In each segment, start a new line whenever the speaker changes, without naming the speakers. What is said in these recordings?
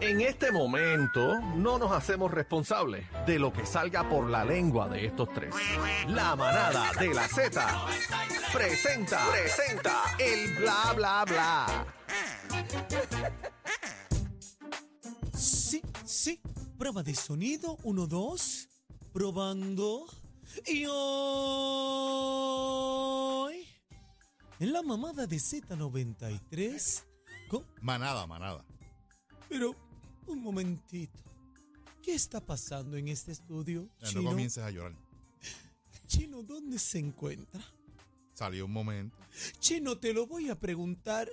En este momento no nos hacemos responsables de lo que salga por la lengua de estos tres. La manada de la Z presenta, presenta el bla bla bla.
Sí, sí. Prueba de sonido. Uno, dos. Probando. Y hoy. En la mamada de Z93. con-
Manada, manada.
Pero, un momentito. ¿Qué está pasando en este estudio?
Ya, No
Chino,
comiences a llorar.
Chino, ¿dónde se encuentra?
Salió un momento.
Chino, te lo voy a preguntar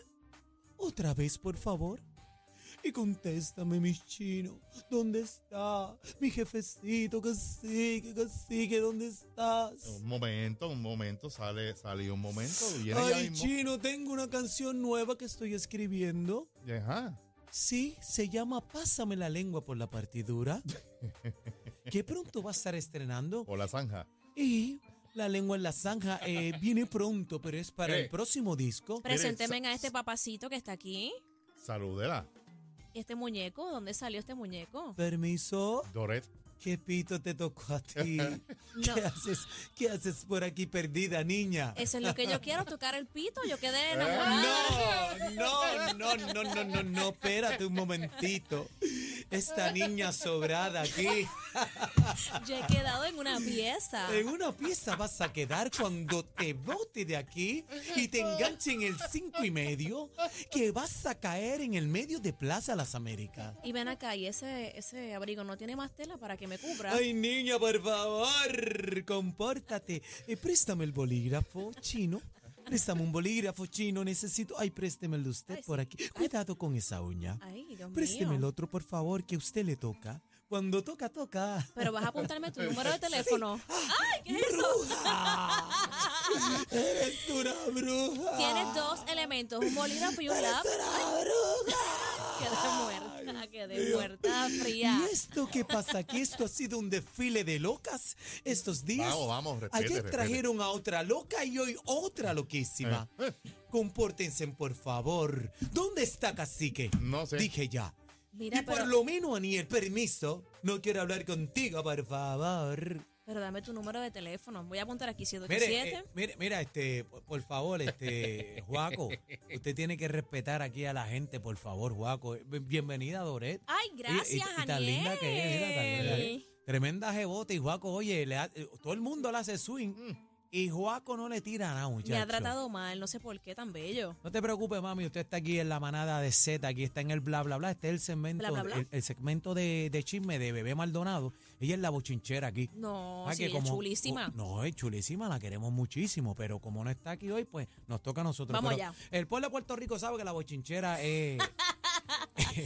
otra vez, por favor. Y contéstame, mi chino, ¿dónde está? Mi jefecito, cacique, cacique, ¿dónde estás?
Un momento, un momento. Sale, salió un momento. Viene ya
Ay,
mismo.
chino, tengo una canción nueva que estoy escribiendo.
Y ah, ajá.
Sí, se llama Pásame la lengua por la partidura. que pronto va a estar estrenando.
Por la zanja.
Y La lengua en la zanja eh, viene pronto, pero es para el
Eh.
próximo disco.
Presénteme
Mire,
a este papacito que está aquí.
Saludela.
¿Y este muñeco? ¿Dónde salió este muñeco?
Permiso.
Doret.
¿Qué pito te tocó a ti?
No.
¿Qué, haces, ¿Qué haces por aquí perdida, niña?
Eso es lo que yo quiero, tocar el pito. Yo
Eh,
quedé enamorada.
No, no, no, no, no, no, no, espérate un momentito. Esta niña sobrada aquí,
Yo he quedado en una pieza.
en una pieza vas a quedar cuando te bote de aquí y te enganche en el cinco y medio, que vas a caer en el medio de Plaza Las Américas.
Y ven acá, y ese, ese abrigo no tiene más tela para que me cubra.
Ay, niña, por favor, compórtate. Eh, préstame el bolígrafo chino. Préstame un bolígrafo chino, necesito. Ay, présteme el de usted
Ay,
por
sí.
aquí. Cuidado con esa uña.
Ay, Dios
Présteme el
mío.
otro, por favor, que usted le toca. Cuando toca, toca.
Pero vas a apuntarme tu número de teléfono. ¡Ay, qué es eso!
¡Bruja! ¡Eres una bruja!
Tienes dos elementos, un bolígrafo y un lap. Quedé muerta, quedé muerta, fría.
¿Y esto qué pasa aquí? Esto ha sido un desfile de locas estos días.
Vamos, vamos, respete,
Ayer
respete.
trajeron a otra loca y hoy otra loquísima.
Eh,
Compórtense, por favor. ¿Dónde está Cacique?
No sé.
Dije ya.
Mira,
y por
pero,
lo menos, Aniel, permiso. No quiero hablar contigo, por favor.
pero dame tu número de teléfono. Voy a apuntar aquí
Mire,
787.
eh, mire, mira, este, por por favor, este, Juaco, usted tiene que respetar aquí a la gente, por favor, Juaco. Eh, Bienvenida, Doret.
Ay, gracias,
Oye, y- y tan linda que es, mira, tan linda que es.
Aniel.
Tremenda jebote y Juaco, oye, le ha- eh, todo el mundo le hace swing y Juaco no le tira nada, muchacho.
Me ha tratado mal, no sé por qué tan bello.
No te preocupes, mami, usted está aquí en la manada de Z, aquí está en el bla bla bla, este es el segmento,
Bla, bla, bla.
El, el segmento de, de chisme de Bebé Maldonado. Ella es la bochinchera aquí.
No,
Ah,
sí,
que
ella
como-
es chulísima.
co- no, es chulísima, la queremos muchísimo, pero como no está aquí hoy, pues nos toca a nosotros.
Vamos
Pero
allá.
El pueblo de Puerto Rico sabe que la bochinchera es,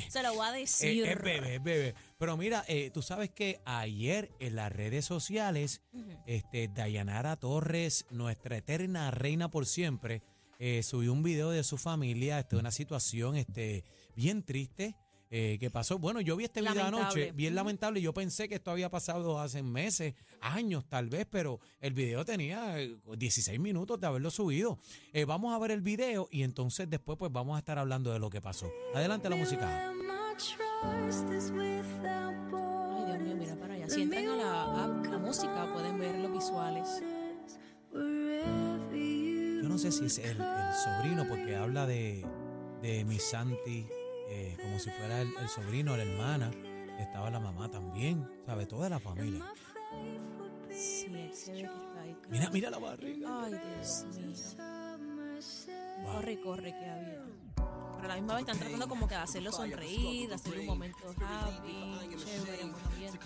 Se lo voy a
es-
decir.
es bebé, es bebé. Pero mira, eh, tú sabes que ayer en las redes sociales,
Ujú.
este, Dayanara Torres, nuestra eterna reina por siempre, eh, subió un video de su familia, este, una situación este, bien triste. eh, que pasó, bueno, yo vi este video
Lamentable.
anoche, bien
Ujú.
lamentable, yo pensé que esto había pasado hace meses, años tal vez, pero el video tenía eh, 16 minutos de haberlo subido. Eh, vamos a ver el video y entonces después pues vamos a estar hablando de lo que pasó. Adelante la música.
Ay, Dios mío, mira para allá. Si entran a la, app, la música, pueden ver los visuales.
Yo no sé si es el, el sobrino, porque habla de, de mi Santi eh, como si fuera el, el sobrino, la hermana. Estaba la mamá también, ¿sabe? Toda la familia.
Sí, él se ve que está ahí.
Mira, mira la barriga.
Ay, Dios mío.
Wow.
Corre, corre, que había. Pero a la misma vez están tratando como que de hacerlo sonreír, de hacer un momento happy, chévere, buen ambiente.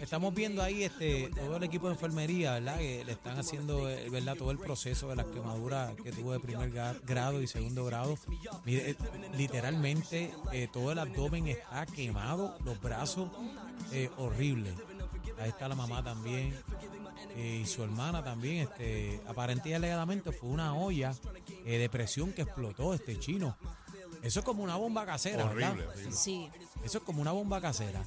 Estamos viendo ahí este todo el equipo de enfermería, ¿verdad? Que le están haciendo, eh, ¿verdad? Todo el proceso de las quemaduras que tuvo de primer ga- grado y segundo grado. Mire, eh, literalmente eh, todo el abdomen está quemado, los brazos eh, horribles. Ahí está la mamá también eh, y su hermana también. Este, aparentemente alegadamente fue una olla eh, de presión que explotó este chino. Eso es como una bomba casera, ¿verdad?
Horrible, horrible.
Sí.
Eso es como una bomba casera.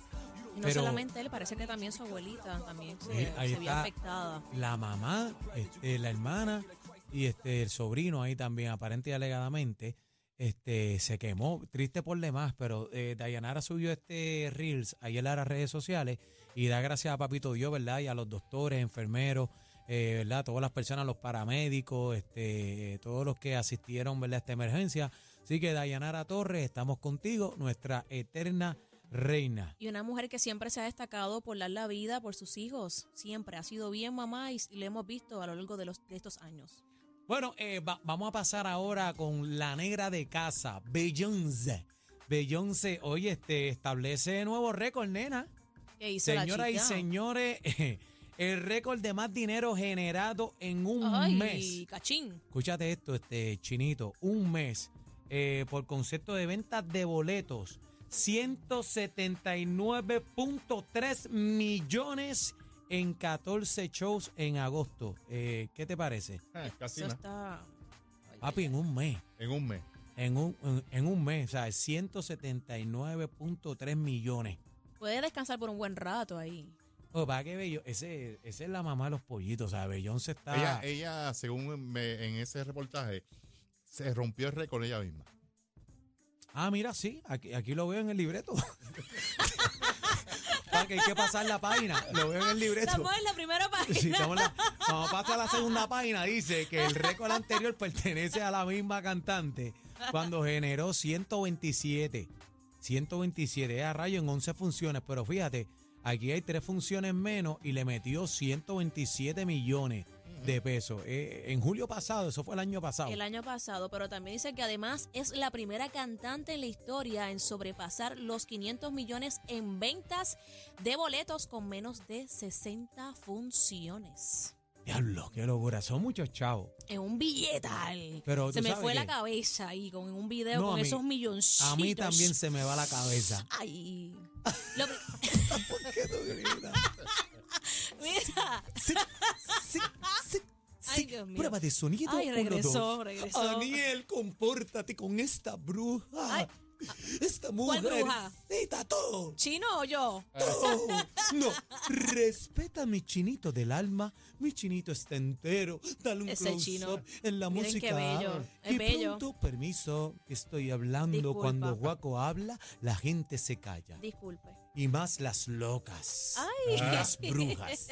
Y no
Pero-
solamente él, parece que también su abuelita también se,
Sí, ahí
se vio
está.
afectada.
la mamá, este, la hermana y este el sobrino ahí también, aparente y alegadamente. este, se quemó, triste por demás, pero eh, Dayanara subió este Reels ayer a las redes sociales y da gracias a Papito Dios, ¿verdad? Y a los doctores, enfermeros, eh, ¿verdad? Todas las personas, los paramédicos, este, eh, todos los que asistieron, ¿verdad? A esta emergencia. Así que Dayanara Torres, estamos contigo, nuestra eterna reina.
Y una mujer que siempre se ha destacado por dar la vida por sus hijos. Siempre ha sido bien mamá y, y lo hemos visto a lo largo de, los, de estos años.
Bueno, eh, va- vamos a pasar ahora con la negra de casa, Beyoncé. Beyoncé, hoy este, establece nuevo récord, nena.
¿Qué hizo la
Señoras y
chica?
señores, el récord de más dinero generado en un
Ay,
mes.
cachín.
Escúchate esto, este chinito, un mes eh, por concepto de ventas de boletos, 179.3 millones en 14 shows en agosto. Eh, ¿Qué te parece?
Ah, casi
Eso
nada.
está... Ay,
Papi, en un mes.
En un mes.
En un, en, en un mes, o sea, 179.3 millones.
Puede descansar por un buen rato ahí.
O para que bello, ese, esa es la mamá de los pollitos, ¿sabes? Beyoncé
Ah.
está.
Ella, ella, según me- en ese reportaje, se rompió el récord ella misma.
Ah, mira, sí, aquí, aquí lo veo en el libreto. para que hay que pasar la página, lo veo en el libreto.
Estamos en la primera página.
Sí, estamos en la- cuando pasa la segunda página, dice que el récord anterior pertenece a la misma cantante cuando generó 127. 127 a rayo en 11 funciones, pero fíjate, aquí hay tres funciones menos y le metió 127 millones de pesos. Eh, en julio pasado, eso fue el año pasado.
El año pasado, pero también dice que además es la primera cantante en la historia en sobrepasar los 500 millones en ventas de boletos con menos de 60 funciones.
Diablo, qué locura, son muchos chavos.
En un billetal.
Pero tú
se me
sabes
fue
que
la cabeza ahí con un video
No, a
con
mí-
esos milloncitos.
A mí también se me va la cabeza.
Ay. Lo pri- Mira.
Sí, sí, sí,
Ay,
sí.
Dios mío.
Prueba de sonido.
Ay,
uno,
regresó,
dos.
regresó.
Aniel, compórtate con esta bruja.
Ay.
Esta
¿Cuál
mujer.
bruja?
todo.
¿Chino o yo?
todo. No, respeta a mi chinito del alma. Mi chinito está entero. Dale un
Ese chino.
close-up en la
Miren
música.
qué bello, es
Y
bello.
pronto, permiso, que estoy hablando.
Disculpa.
Cuando Guaco habla, la gente se calla.
Disculpe.
Y más las locas.
Ay.
Y Las brujas.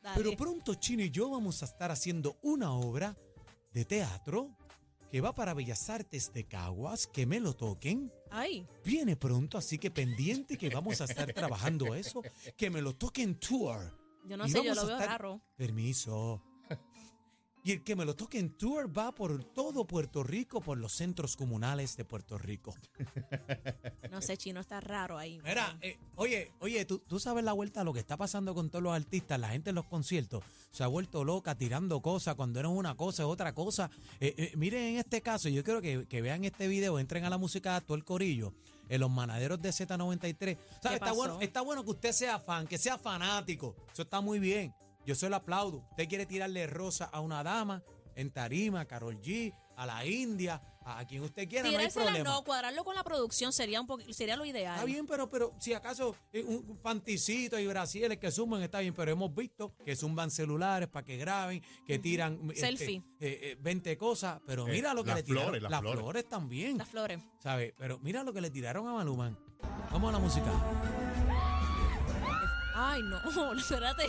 Dale.
Pero pronto Chino y yo vamos a estar haciendo una obra de teatro que va para Bellas Artes de Caguas, que me lo toquen.
Ay.
Viene pronto, así que pendiente que vamos a estar trabajando eso, que me lo toquen tour.
Yo no
Y
sé, yo
vamos
lo
a
veo
estar-
raro.
Permiso. Y el que me lo toquen tour va por todo Puerto Rico, por los centros comunales de Puerto Rico.
No sé, Chino está raro ahí.
Mira, eh, oye, oye, ¿tú, tú sabes la vuelta a lo que está pasando con todos los artistas, la gente en los conciertos se ha vuelto loca tirando cosas, cuando era una cosa es otra cosa. Eh, eh, miren en este caso, yo quiero que, que vean este video, entren a la música de actual Corillo, en los manaderos de Z93. O sea,
¿Qué
está
pasó?
bueno, está bueno que usted sea fan, que sea fanático, eso está muy bien. Yo se lo aplaudo. Usted quiere tirarle rosa a una dama en tarima, a Carol G, a la India, a quien usted quiera, no hay
Tirársela
problema.
no, cuadrarlo con la producción sería un po- sería lo ideal.
Está bien, pero, pero si acaso eh, un un panticito y brasiles que suman, está bien, pero hemos visto que zumban celulares para que graben, que tiran este,
Selfie.
eh, eh, 20 cosas, pero
Eh,
mira lo que
las
le tiraron.
flores, las
las flores,
flores.
también,
Las flores.
¿sabes? Pero mira lo que le tiraron a Malumán. Vamos a la música.
Ay, no, espérate.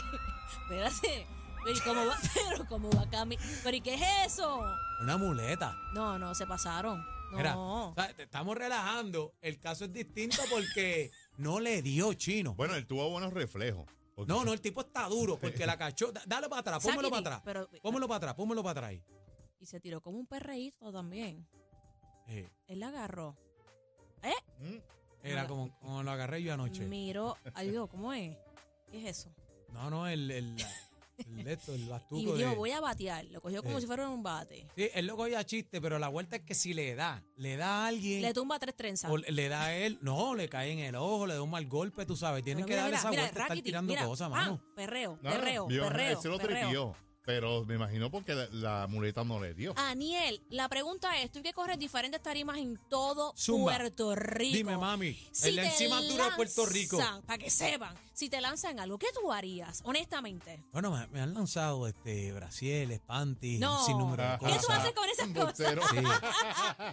Espérate. Pero ¿y cómo va? Pero ¿cómo va Cami? Pero ¿y qué es eso?
Una muleta.
No, no, se pasaron. No.
Mira, o sea, te estamos relajando. El caso es distinto porque no le dio chino.
Bueno, él tuvo buenos reflejos. porque-
No, no, el tipo está duro porque la cachó. Da- Dale para atrás, pónmelo
Sáquete,
para atrás.
Pero,
Pónmelo para atrás, pónmelo para atrás. ahí.
y se tiró como un perreíto también.
Eh,
Él la agarró.
Mm.
era como, como lo agarré yo anoche.
Miró. Ay, Dios, ¿cómo es? ¿Qué es eso?
No, no, el, el, el de esto, el
Y
bastuco.
dijo,
de-
voy a batear. Lo cogió como
Eh.
si fuera un bate.
Sí, él loco ya chiste, pero la vuelta es que si le da, le da a alguien,
Le tumba tres trenzas.
o le- le da a él, no, le cae en el ojo, le da un mal golpe, tú sabes, tienen
Pero
que
mira,
darle
mira,
esa
mira, ah,
vuelta, estar
Rakitic,
tirando
mira,
cosas,
pam,
mano.
Perreo,
No, no,
perreo,
Ah, vio,
perreo.
él se lo
perreo.
tripió. Pero, Pero me imagino porque la, la muleta no le dio.
Aniel, la pregunta es, tú que corres diferentes tarimas en todo
Zumba.
Puerto Rico.
Dime, mami,
Si
en la
te
encima dura de Puerto Rico.
lanzan, Para que sepan, si te lanzan algo, ¿qué tú harías, honestamente?
Bueno, me, me han lanzado este brasieles, panties,
No.
sin número de
Ajá.
Ah, ¿Qué tú
cosas.
haces con esas cosas?
Embustero.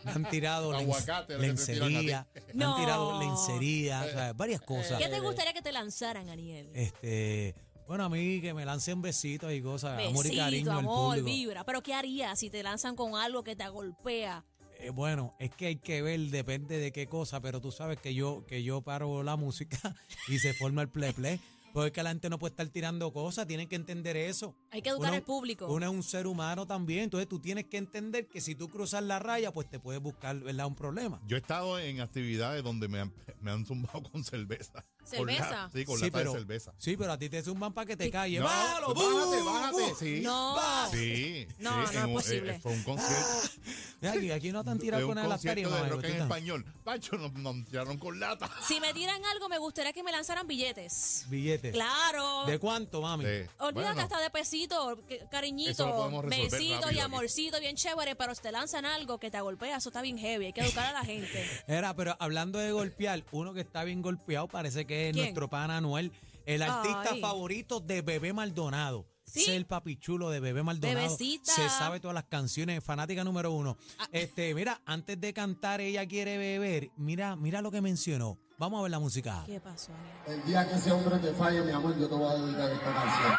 Me han tirado len-
Aguacate, lo que te tiran a ti.
lencería, me
No.
han tirado lencería, o sea, varias cosas.
¿Qué te gustaría que te lanzaran, Aniel?
Este, bueno, a mí que me lancen besitos y cosas, amor y
Besito,
cariño al
amor,
público.
vibra. Pero ¿qué harías si te lanzan con algo que te agolpea?
Eh, bueno, es que hay que ver, depende de qué cosa, pero tú sabes que yo, que yo paro la música y se forma el play play. Porque es que la gente no puede estar tirando cosas, tienen que entender eso.
Hay que educar
Uno-
al público.
Uno es un ser humano también, entonces tú tienes que entender que si tú cruzas la raya, pues te puedes buscar, ¿verdad? Un problema.
Yo he estado en actividades donde me han, me han zumbado con cerveza. Con
¿Cerveza?
la- sí, con
Sí,
lata
pero-
de cerveza.
Sí, pero a ti te zumban para que te calles.
No,
¡Bájalo,
bájate,
bu,
bájate.
bu!
Sí.
No.
Sí, sí,
No, no
en
es
un-
posible.
eh, fue un concierto,
Mira, Aquí, aquí no te Ah, han
de
tirado
un
con las
concierto
tarimas.
de
Mario,
rock en
¿tú estás?
español. Pancho, nos, nos tiraron con lata.
Si me tiran algo, me gustaría que me lanzaran billetes.
Billetes.
Claro.
¿De cuánto, mami?
Sí.
Olvídate
Bueno,
hasta de pesito, que-
Eso lo
cariñito,
podemos resolver
besito y
rápido aquí.
amorcito, bien chévere, pero si te lanzan algo que te golpea, eso está bien heavy, hay que educar a la gente.
Era, pero hablando de golpear, uno que está bien golpeado parece que es
¿Quién?
nuestro pan Anuel, el artista
Ay.
favorito de Bebé Maldonado.
¿Sí?
Es el papichulo de Bebé Maldonado.
Bebecita. Ah.
Se sabe todas las canciones, fanática número uno. Este, mira, antes de cantar Ella Quiere Beber, mira, mira lo que mencionó. Vamos a ver la música.
¿Qué pasó, Ariel?
El día que ese hombre te falle, mi amor, yo te voy a dedicar esta canción.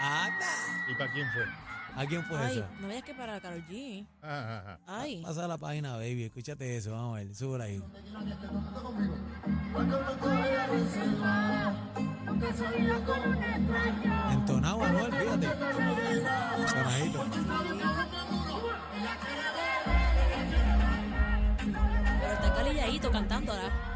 Anda.
¿Y para quién fue?
¿A quién fue
Ay,
eso?
no me digas que para Carol G.
Ajá, ajá.
Ay.
Pasa a la página, baby. Escúchate eso. Vamos a ver. Súbela ahí. Entonado, Anuel, fíjate. Sonajito.
Pero está calilladito cantando ahora.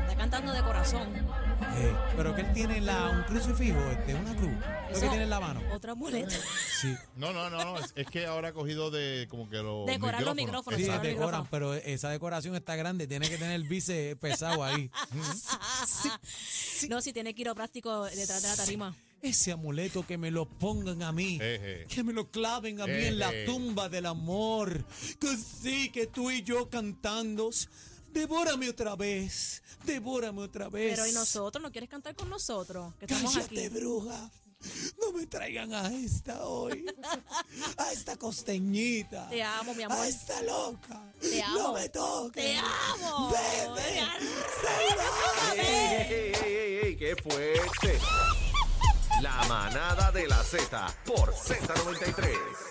Está cantando de corazón.
Eh, pero que él tiene la, un crucifijo, este, una cruz. Lo
Eso-
que tiene en la mano.
Otra muleta.
Sí.
No, no, no, no, es, es que ahora ha cogido de como que los
Decorar los micrófonos,
Sí,
Forzado
Exacto.
el
decoran,
micrófono.
pero esa decoración está grande. Tiene que tener el bíceps pesado ahí.
No, si tiene quiropráctico detrás de la tarima.
Ese amuleto que me lo pongan a mí.
Eh, eh.
Que me lo claven a mí
Eh,
en la
eh.
tumba del amor. Que sí, que tú y yo cantando. Devórame otra vez. Devórame otra vez.
Pero y nosotros, ¿no quieres cantar con nosotros? Que estamos
Cállate,
aquí.
bruja. No me traigan a esta hoy. A esta costeñita.
Te amo, mi amor.
A esta loca.
Te amo.
No me toques.
¡Te amo!
Vete.
¡Ey, ey, ey, ey, ey! qué fuerte! La manada de la Z por Z93.